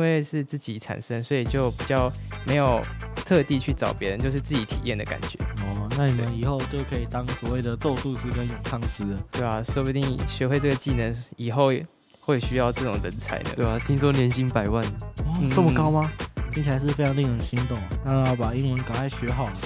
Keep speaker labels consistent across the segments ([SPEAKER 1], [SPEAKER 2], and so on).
[SPEAKER 1] 为是自己产生，所以就比较没有特地去找别人，就是自己体验的感觉，
[SPEAKER 2] 哦，那你们以后就可以当所谓的咒术师跟咏唱师了。
[SPEAKER 1] 对啊，说不定学会这个技能以后也会需要这种人才的。
[SPEAKER 3] 对啊，听说年薪百万，
[SPEAKER 2] 哦
[SPEAKER 1] 嗯
[SPEAKER 3] 这么高吗？
[SPEAKER 2] 听起来是非常令人心动啊。那要把英文赶快学好了。啊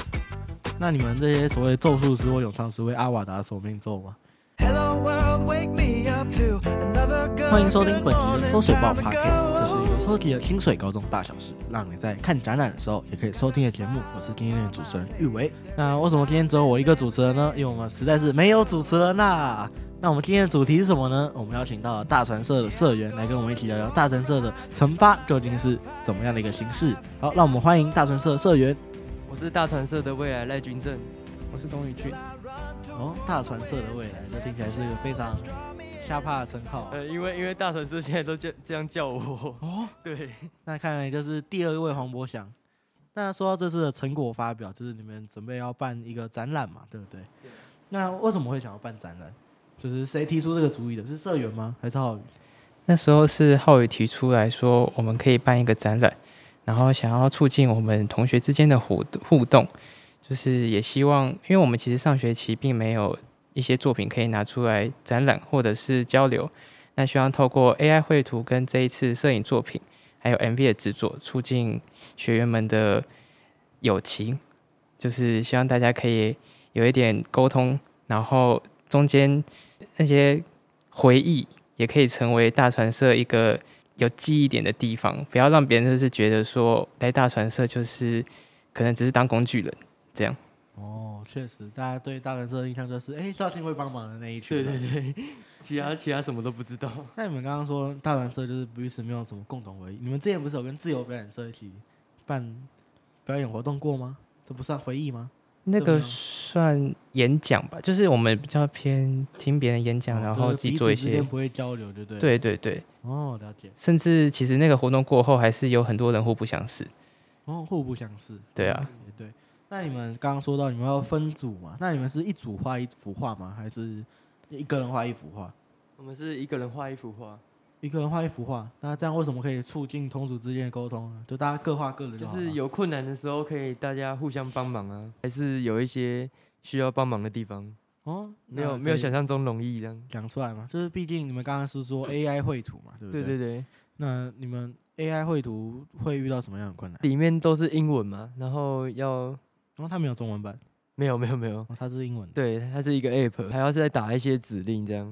[SPEAKER 2] 那你们这些所谓咒术师或咏唱师会阿瓦达手命咒吗？
[SPEAKER 4] Hello world, wake me up to another good
[SPEAKER 2] 欢迎收听本集的《收水报
[SPEAKER 4] morning,
[SPEAKER 2] Podcast》，这是一个收集了清水高中大小事，让你在看展览的时候也可以收听的节目。我是今天的主持人玉维。那为什么今天只有我一个主持人呢？因为我们实在是没有主持人啦。那我们今天的主题是什么呢？我们邀请到了大传社的社员来跟我们一起聊聊大传社的惩罚究竟是怎么样的一个形式。好，让我们欢迎大传社的社员。
[SPEAKER 3] 我是大传社的未来赖君正，
[SPEAKER 1] 我是董宇俊，
[SPEAKER 2] 哦，大传社的未来，这听起来是一个非常吓怕的称号。
[SPEAKER 3] 呃，因为因为大传社现在都这这样叫我，
[SPEAKER 2] 哦，
[SPEAKER 3] 对，
[SPEAKER 2] 那看来就是第二位黄博翔。那说到这次的成果发表，就是你们准备要办一个展览嘛，对不对？那为什么会想要办展览？就是谁提出这个主意的？是社员吗？还是浩宇？
[SPEAKER 1] 那时候是浩宇提出来说，我们可以办一个展览，然后想要促进我们同学之间的互互动，就是也希望，因为我们其实上学期并没有一些作品可以拿出来展览或者是交流，那希望透过 AI 绘图跟这一次摄影作品，还有 MV 的制作，促进学员们的友情，就是希望大家可以有一点沟通，然后中间那些回忆也可以成为大传社一个有记忆点的地方，不要让别人就是觉得说来大传社就是可能只是当工具人。
[SPEAKER 3] 嗯
[SPEAKER 2] 哦，确实，大家对大人社的印象就是，哎，校庆会帮忙的那一群。
[SPEAKER 3] 对对。对，其他其他什么都不知道。
[SPEAKER 2] 那你们刚刚说大人社就是彼此没有什么共同回忆，你们之前不是有跟自由表演社一起办表演活动过吗？这不算回忆吗？
[SPEAKER 1] 那
[SPEAKER 2] 对
[SPEAKER 1] 个
[SPEAKER 2] 啊
[SPEAKER 1] 算演讲吧，就是我们比较偏听别人演讲，然
[SPEAKER 2] 哦就
[SPEAKER 1] 后
[SPEAKER 2] 是
[SPEAKER 1] 自己
[SPEAKER 2] 彼
[SPEAKER 1] 做
[SPEAKER 2] 此
[SPEAKER 1] 一
[SPEAKER 2] 之
[SPEAKER 1] 些
[SPEAKER 2] 间。不会交流，对不对？。
[SPEAKER 1] 对对对，
[SPEAKER 2] 哦，了解。
[SPEAKER 1] 甚至其实那个活动过后，还是有很多人互不相识。
[SPEAKER 2] 哦，互不相识。
[SPEAKER 1] 对啊，
[SPEAKER 2] 也对。那你们刚刚说到你们要分组嘛？那你们是一组画一幅画吗？还是一个人画一幅画？
[SPEAKER 3] 我们是一个人画一幅画，
[SPEAKER 2] 一个人画一幅画，那这样为什么可以促进同组之间的沟通呢？就大家各画各的
[SPEAKER 3] 就
[SPEAKER 2] 好
[SPEAKER 3] 是
[SPEAKER 2] 了
[SPEAKER 3] 有困难的时候可以大家互相帮忙啊，还是有一些需要帮忙的地方，
[SPEAKER 2] 哦，
[SPEAKER 3] 没
[SPEAKER 2] 那
[SPEAKER 3] 有没有
[SPEAKER 2] 可以
[SPEAKER 3] 想象中容易这样。
[SPEAKER 2] 讲出来嘛？就是毕竟你们刚刚是说 AI 绘图嘛，对不
[SPEAKER 3] 对
[SPEAKER 2] 对
[SPEAKER 3] 对对，
[SPEAKER 2] 那你们 AI 绘图会遇到什么样的困难？
[SPEAKER 3] 里面都是英文嘛，然后要
[SPEAKER 2] 然后哦它没有中文版，
[SPEAKER 3] 没有没有没有，
[SPEAKER 2] 哦，它是英文的。
[SPEAKER 3] 对，它是一个 app，还要再打一些指令这样。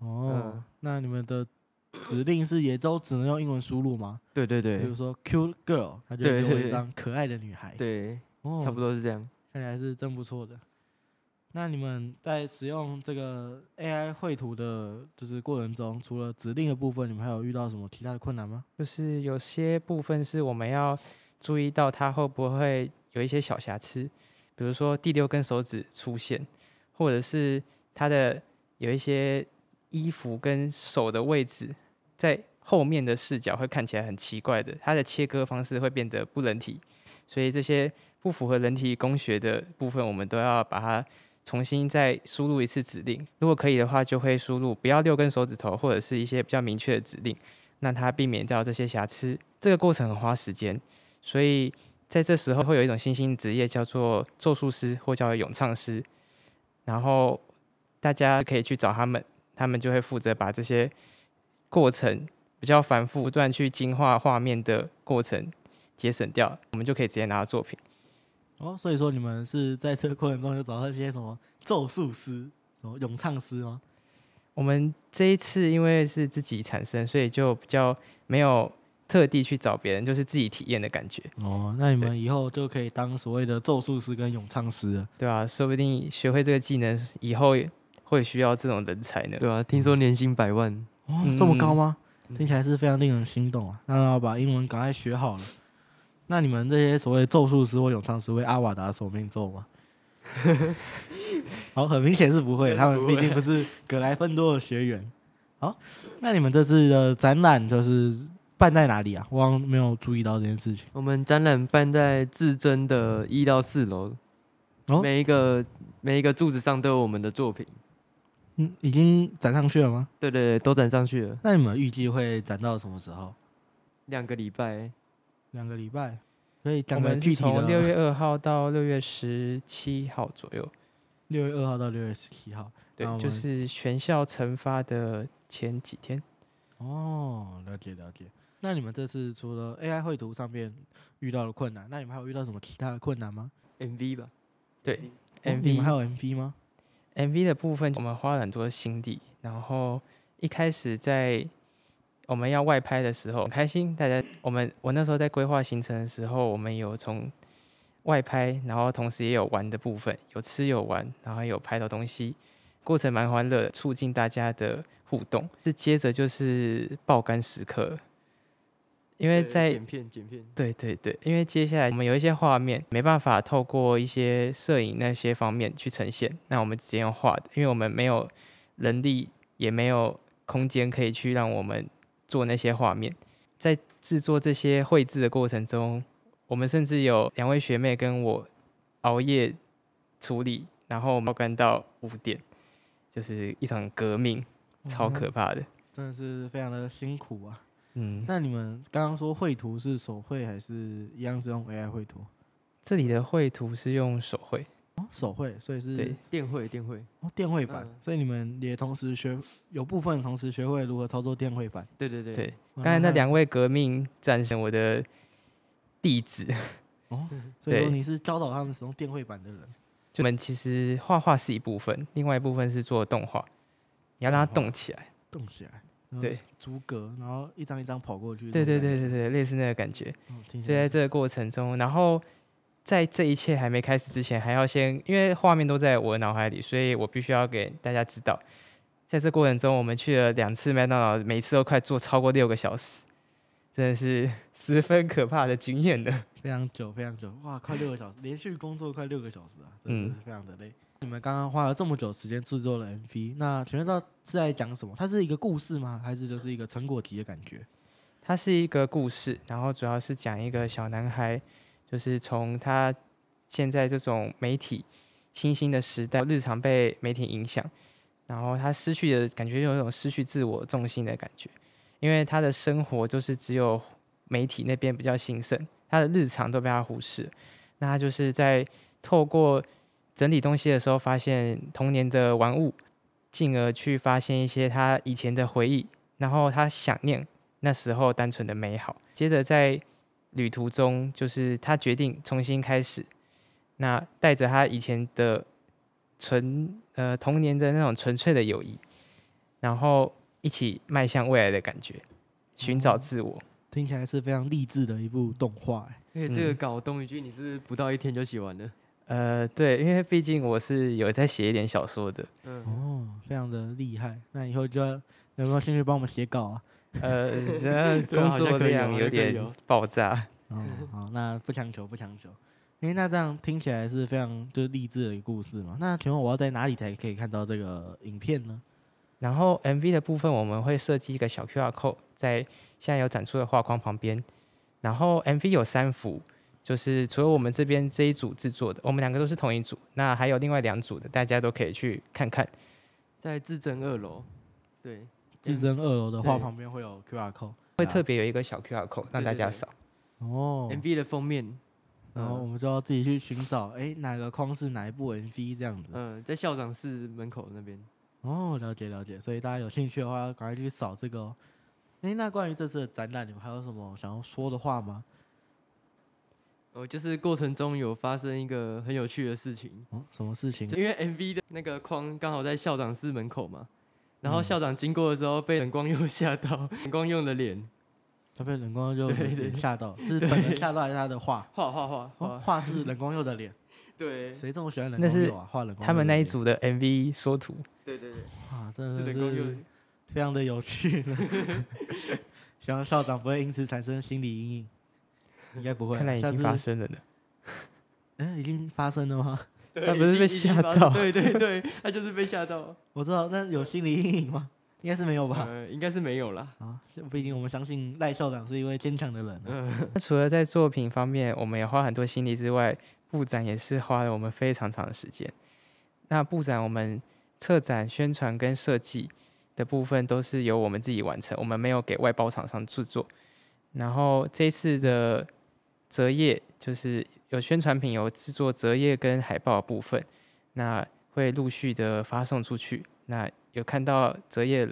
[SPEAKER 2] 哦，
[SPEAKER 3] 嗯
[SPEAKER 2] 那你们的指令是也都只能用英文输入吗？
[SPEAKER 3] 对对
[SPEAKER 2] 比如
[SPEAKER 3] 对
[SPEAKER 2] 说 cute girl，它就
[SPEAKER 3] 对
[SPEAKER 2] 给我一
[SPEAKER 3] 对
[SPEAKER 2] 张可爱的女孩。
[SPEAKER 3] 对，
[SPEAKER 2] 哦，
[SPEAKER 3] 差不多是这样。
[SPEAKER 2] 看起来是真不错的。那你们在使用这个 AI 绘图的，就是过程中，除了指令的部分，你们还有遇到什么其他的困难吗？
[SPEAKER 1] 就是有些部分是我们要注意到它会不会有一些小瑕疵，比如说第六根手指出现，或者是它的有一些衣服跟手的位置在后面的视角会看起来很奇怪的，它的切割方式会变得不人体，所以这些不符合人体工学的部分，我们都要把它。重新再输入一次指令，如果可以的话，就会输入不要六根手指头，或者是一些比较明确的指令。那它避免掉这些瑕疵。这个过程很花时间，所以在这时候会有一种新兴职业叫做咒术师或叫咏唱师，然后大家可以去找他们，他们就会负责把这些过程比较繁复、不断去精化画面的过程节省掉，我们就可以直接拿到作品。
[SPEAKER 2] 哦，所以说你们是在这个过程中有找到一些什么咒术师、什么咏唱师吗？
[SPEAKER 1] 我们这一次因为是自己产生，所以就比较没有特地去找别人，就是自己体验的感觉。
[SPEAKER 2] 哦，那你们以后就可以当所谓的咒术师跟咏唱师了。
[SPEAKER 1] 对啊，说不定学会这个技能以后也会需要这种人才呢。
[SPEAKER 3] 对啊，听说年薪百万，
[SPEAKER 2] 哦，这么高
[SPEAKER 1] 嗯
[SPEAKER 2] 吗？
[SPEAKER 3] 嗯
[SPEAKER 2] 听起来是非常令人心动啊！那要把英文赶快学好了。那你们这些所谓咒术师或咏唱师会阿瓦达手命咒吗？好，很明显是不会，他们毕竟不是格莱芬多的学员。好，那你们这次的展览就是办在哪里啊？我好像没有注意到这件事情。
[SPEAKER 3] 我们展览办在至臻的一到四楼，
[SPEAKER 2] 哦
[SPEAKER 3] 每一个每一个柱子上都有我们的作品，
[SPEAKER 2] 嗯，已经展上去了吗？
[SPEAKER 3] 对对对，都展上去了。
[SPEAKER 2] 那你们预计会展到什么时候？
[SPEAKER 3] 两个礼拜，
[SPEAKER 2] 两个礼拜，可以
[SPEAKER 1] 我
[SPEAKER 2] 讲个
[SPEAKER 1] 们是
[SPEAKER 2] 具体
[SPEAKER 1] 从六
[SPEAKER 2] 的。
[SPEAKER 1] 月二号到六月十七号左右，
[SPEAKER 2] 六月二号到六月十七号，
[SPEAKER 1] 对
[SPEAKER 2] 那我，
[SPEAKER 1] 就
[SPEAKER 2] 们
[SPEAKER 1] 是全校惩罚的前几天。
[SPEAKER 2] 哦，了解了解。那你们这次除了 AI 绘图上面遇到了困难，那你们还有遇到什么其他的困难吗
[SPEAKER 3] MV 吧，
[SPEAKER 1] 对
[SPEAKER 2] 哦你们还
[SPEAKER 1] MV
[SPEAKER 2] 有 MV 吗？
[SPEAKER 1] MV 的部分，我们花了很多心力。然后一开始在我们要外拍的时候，很开心。大家，我们我那时候在规划行程的时候，我们有从外拍，然后同时也有玩的部分，有吃有玩，然后有拍到东西，过程蛮欢乐的，促进大家的互动。是接着就是爆肝时刻了，因为
[SPEAKER 3] 对
[SPEAKER 1] 在
[SPEAKER 3] 剪片剪片，
[SPEAKER 1] 对对对，因为接下来我们有一些画面没办法透过一些摄影那些方面去呈现，那我们直接用画的，因为我们没有人力，也没有空间可以去让我们做那些画面。在制作这些绘制的过程中，我们甚至有两位学妹跟我熬夜处理，然后我们干到五点，就是一场革命，超
[SPEAKER 2] 哦
[SPEAKER 1] 可怕的。
[SPEAKER 2] 真的是非常的辛苦啊。
[SPEAKER 1] 嗯，
[SPEAKER 2] 那你们刚刚说绘图是手绘还是一样是用 AI 绘图？
[SPEAKER 1] 这里的绘图是用手绘，
[SPEAKER 2] 哦，手绘，所以是
[SPEAKER 1] 对
[SPEAKER 3] 电绘电绘，
[SPEAKER 2] 哦电绘版，
[SPEAKER 3] 嗯
[SPEAKER 2] 所以你们也同时学有部分同时学会如何操作电绘版。
[SPEAKER 3] 对对对
[SPEAKER 1] 对，刚
[SPEAKER 2] 哇
[SPEAKER 1] 才那
[SPEAKER 2] 还
[SPEAKER 1] 两位革命战士，我的弟子，
[SPEAKER 2] 哦，所以说
[SPEAKER 1] 对
[SPEAKER 2] 你是教导他们使用电绘版的人。
[SPEAKER 1] 就我们其实画画是一部分，另外一部分是做动画，你要让它
[SPEAKER 2] 动画
[SPEAKER 1] 动起来。
[SPEAKER 2] 动起来，然后
[SPEAKER 1] 对
[SPEAKER 2] 逐格，然后一张一张跑过去。
[SPEAKER 1] 对对对对对，类似那个感觉。
[SPEAKER 2] 哦，听起
[SPEAKER 1] 所以在
[SPEAKER 2] 来
[SPEAKER 1] 这个过程中，然后在这一切还没开始之前，还要先因为画面都在我的脑海里，所以我必须要给大家知道，在这过程中，我们去了两次麦当劳，每次都快坐超过六个小时，真的是十分可怕的经验了。
[SPEAKER 2] 非常久，非常久，哇，快六个小时，连续工作快六个小时啊，真
[SPEAKER 1] 嗯
[SPEAKER 2] 的是非常的累。你们刚刚花了这么久时间制作了 MV，那前面到是在讲什么？它是一个故事吗？还是就是一个成果集的感觉？
[SPEAKER 1] 它是一个故事，然后主要是讲一个小男孩，就是从他现在这种媒体新兴的时代，日常被媒体影响，然后他失去的感觉有一种失去自我重心的感觉，因为他的生活就是只有媒体那边比较兴盛，他的日常都被他忽视。那他就是在透过整理东西的时候，发现童年的玩物，进而去发现一些他以前的回忆，然后他想念那时候单纯的美好。接着在旅途中，就是他决定重新开始，那带着他以前的纯呃童年的那种纯粹的友谊，然后一起迈向未来的感觉，寻找自我。
[SPEAKER 2] 听起来是非常励志的一部动画、欸。
[SPEAKER 3] 而且这个
[SPEAKER 1] 嗯
[SPEAKER 3] 稿东一句你是不是不到一天就写完了，
[SPEAKER 1] 呃，对，因为毕竟我是有在写一点小说的，
[SPEAKER 3] 嗯，
[SPEAKER 2] 哦，非常的厉害。那以后就要有没有兴趣帮我们写稿啊？
[SPEAKER 1] 呃，然后
[SPEAKER 3] 对啊
[SPEAKER 1] 工
[SPEAKER 3] 好像
[SPEAKER 1] 作
[SPEAKER 3] 可以
[SPEAKER 1] 量有
[SPEAKER 3] 哦好像可以
[SPEAKER 1] 点
[SPEAKER 3] 哦
[SPEAKER 1] 爆炸。
[SPEAKER 2] 哦，好，那不强求，不强求。诶，那这样听起来是非常就是励志的一个故事嘛？那请问我要在哪里才可以看到这个影片呢？
[SPEAKER 1] 然后 MV 的部分，我们会设计一个小 QR code 在现在有展出的画框旁边。然后 MV 有三幅，就是除了我们这边这一组制作的，我们两个都是同一组，那还有另外两组的，大家都可以去看看。
[SPEAKER 3] 在至臻二楼，对，
[SPEAKER 2] 至臻二楼的画
[SPEAKER 3] 对
[SPEAKER 2] 旁边会有 QR code，
[SPEAKER 1] 会
[SPEAKER 2] 啊
[SPEAKER 1] 特别有一个小 QR code 让大家
[SPEAKER 3] 对对对
[SPEAKER 1] 扫。
[SPEAKER 2] 哦。
[SPEAKER 3] MV 的封面，嗯
[SPEAKER 2] 然后我
[SPEAKER 1] 哦
[SPEAKER 2] 们就要自己去寻找，诶，哪个框是哪一部 MV 这样子。
[SPEAKER 3] 嗯，在校长室门口那边，
[SPEAKER 2] 哦，了解了解。所以大家有兴趣的话，赶快去扫这个、哦。诶，那关于这次的展览，你们还有什么想要说的话吗？
[SPEAKER 3] 哦，就是过程中有发生一个很有趣的事情，
[SPEAKER 2] 哦，什么事情
[SPEAKER 3] 就？因为 MV 的那个框刚好在校长室门口嘛，然后
[SPEAKER 2] 嗯
[SPEAKER 3] 校长经过的时候被冷光佑吓到， 冷光佑的脸
[SPEAKER 2] 他被冷光佑
[SPEAKER 3] 对
[SPEAKER 2] 的
[SPEAKER 3] 对
[SPEAKER 2] 脸吓到，就是本人吓到还是他的 画？
[SPEAKER 3] 画画画
[SPEAKER 2] 哦，
[SPEAKER 3] 画，
[SPEAKER 2] 画是冷光佑的脸，
[SPEAKER 3] 对
[SPEAKER 2] 谁这么喜欢冷
[SPEAKER 1] 那
[SPEAKER 2] 光
[SPEAKER 1] 是
[SPEAKER 2] 佑啊？画冷光佑
[SPEAKER 1] 他们
[SPEAKER 2] 的
[SPEAKER 1] 那
[SPEAKER 3] 哦
[SPEAKER 1] 一
[SPEAKER 2] 脸
[SPEAKER 1] 组的 MV 缩图，
[SPEAKER 3] 对对对，
[SPEAKER 2] 哇，真
[SPEAKER 3] 是
[SPEAKER 2] 的
[SPEAKER 3] 冷光佑
[SPEAKER 2] 是非常的有趣呢。希望校长不会因此产生心理阴影，应该不会啊。
[SPEAKER 1] 看来已
[SPEAKER 2] 下
[SPEAKER 1] 经
[SPEAKER 2] 次
[SPEAKER 1] 发生了的。
[SPEAKER 2] 嗯、已经发生了吗？
[SPEAKER 3] 对
[SPEAKER 1] 他不
[SPEAKER 3] 已
[SPEAKER 1] 是
[SPEAKER 3] 经
[SPEAKER 1] 被
[SPEAKER 3] 已经
[SPEAKER 1] 吓
[SPEAKER 3] 发生
[SPEAKER 1] 到
[SPEAKER 3] 对对对，他就是被吓到，
[SPEAKER 2] 我知道，那有心理阴影吗？应该是没有吧。
[SPEAKER 3] 呃，应该是没有啦，
[SPEAKER 2] 啊，毕竟我们相信赖校长是一位坚强的人啊、
[SPEAKER 1] 那除了在作品方面，我们也花很多心力之外，布展也是花了我们非常长的时间。那布展我们策展、宣传跟设计的部分都是由我们自己完成，我们没有给外包厂商制作。然后这一次的折页就是有宣传品，有制作折页跟海报的部分，那会陆续的发送出去。那有看到折页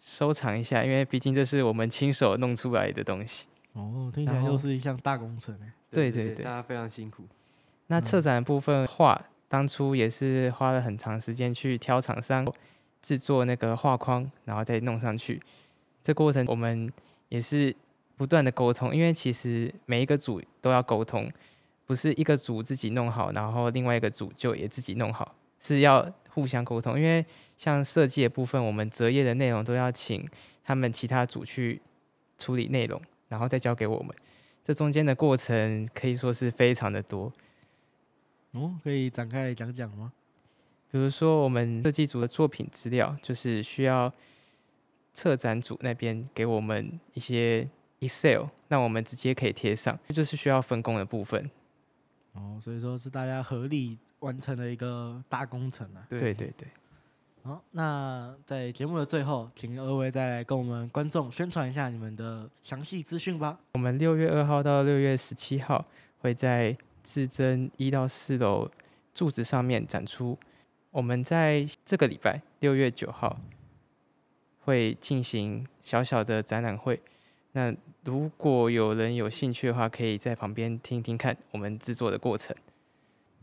[SPEAKER 1] 收藏一下，因为毕竟这是我们亲手弄出来的东西。
[SPEAKER 2] 哦，听起来
[SPEAKER 1] 然后
[SPEAKER 2] 又是一项大工程哎。
[SPEAKER 1] 对对对
[SPEAKER 3] 大家非常辛苦。
[SPEAKER 1] 那策展的部分画，当初也是花了很长时间去挑厂商制作那个画框，然后再弄上去。这过程我们也是不断的沟通，因为其实每一个组都要沟通，不是一个组自己弄好，然后另外一个组就也自己弄好，是要互相沟通。因为像设计的部分，我们择业的内容都要请他们其他组去处理内容，然后再交给我们。这中间的过程可以说是非常的多，
[SPEAKER 2] 哦，可以展开来讲讲吗？
[SPEAKER 1] 比如说我们设计组的作品资料，就是需要策展组那边给我们一些 Excel，让我们直接可以贴上，这就是需要分工的部分。
[SPEAKER 2] 哦，所以说是大家合力完成了一个大工程啊。
[SPEAKER 1] 对对对，
[SPEAKER 2] 好，那在节目的最后，请二位再来跟我们观众宣传一下你们的详细资讯吧。
[SPEAKER 1] 我们六月二号到六月十七号会在至臻一到四楼柱子上面展出。我们在这个礼拜六月九号会进行小小的展览会。那如果有人有兴趣的话，可以在旁边听听看我们制作的过程。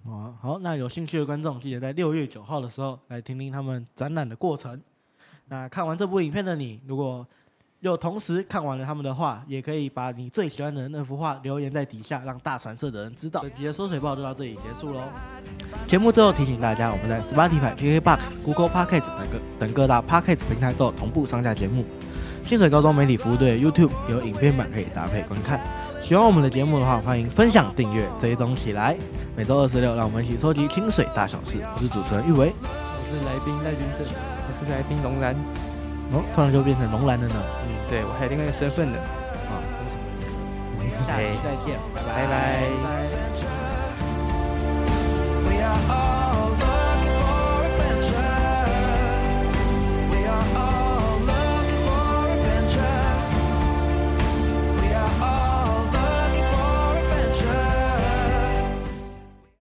[SPEAKER 2] 哦，好，那有兴趣的观众记得在六月九号的时候来听听他们展览的过程。那看完这部影片的你，如果又同时看完了他们的画，也可以把你最喜欢的那幅画留言在底下，让大传社的人知道。本集的收水报就到这里结束喽。节目最后提醒大家，我们在 Spotify、KKBox、Google Podcast 等各等各大 Podcast 平台都有同步上架节目。清水高中媒体服务队的 YouTube 有影片版可以搭配观看。喜欢我们的节目的话，欢迎分享、订阅、追踪起来。每周二十六，让我们一起收集清水大小事。我是主持人玉维。
[SPEAKER 1] 我是来宾赖君正，我是来宾龙然，
[SPEAKER 2] 哦，突然就变成龙兰了呢。
[SPEAKER 1] 嗯，对我还有另外一个身份呢。
[SPEAKER 2] 啊，真是没意思我们下期再见，拜
[SPEAKER 1] 拜拜
[SPEAKER 2] 拜拜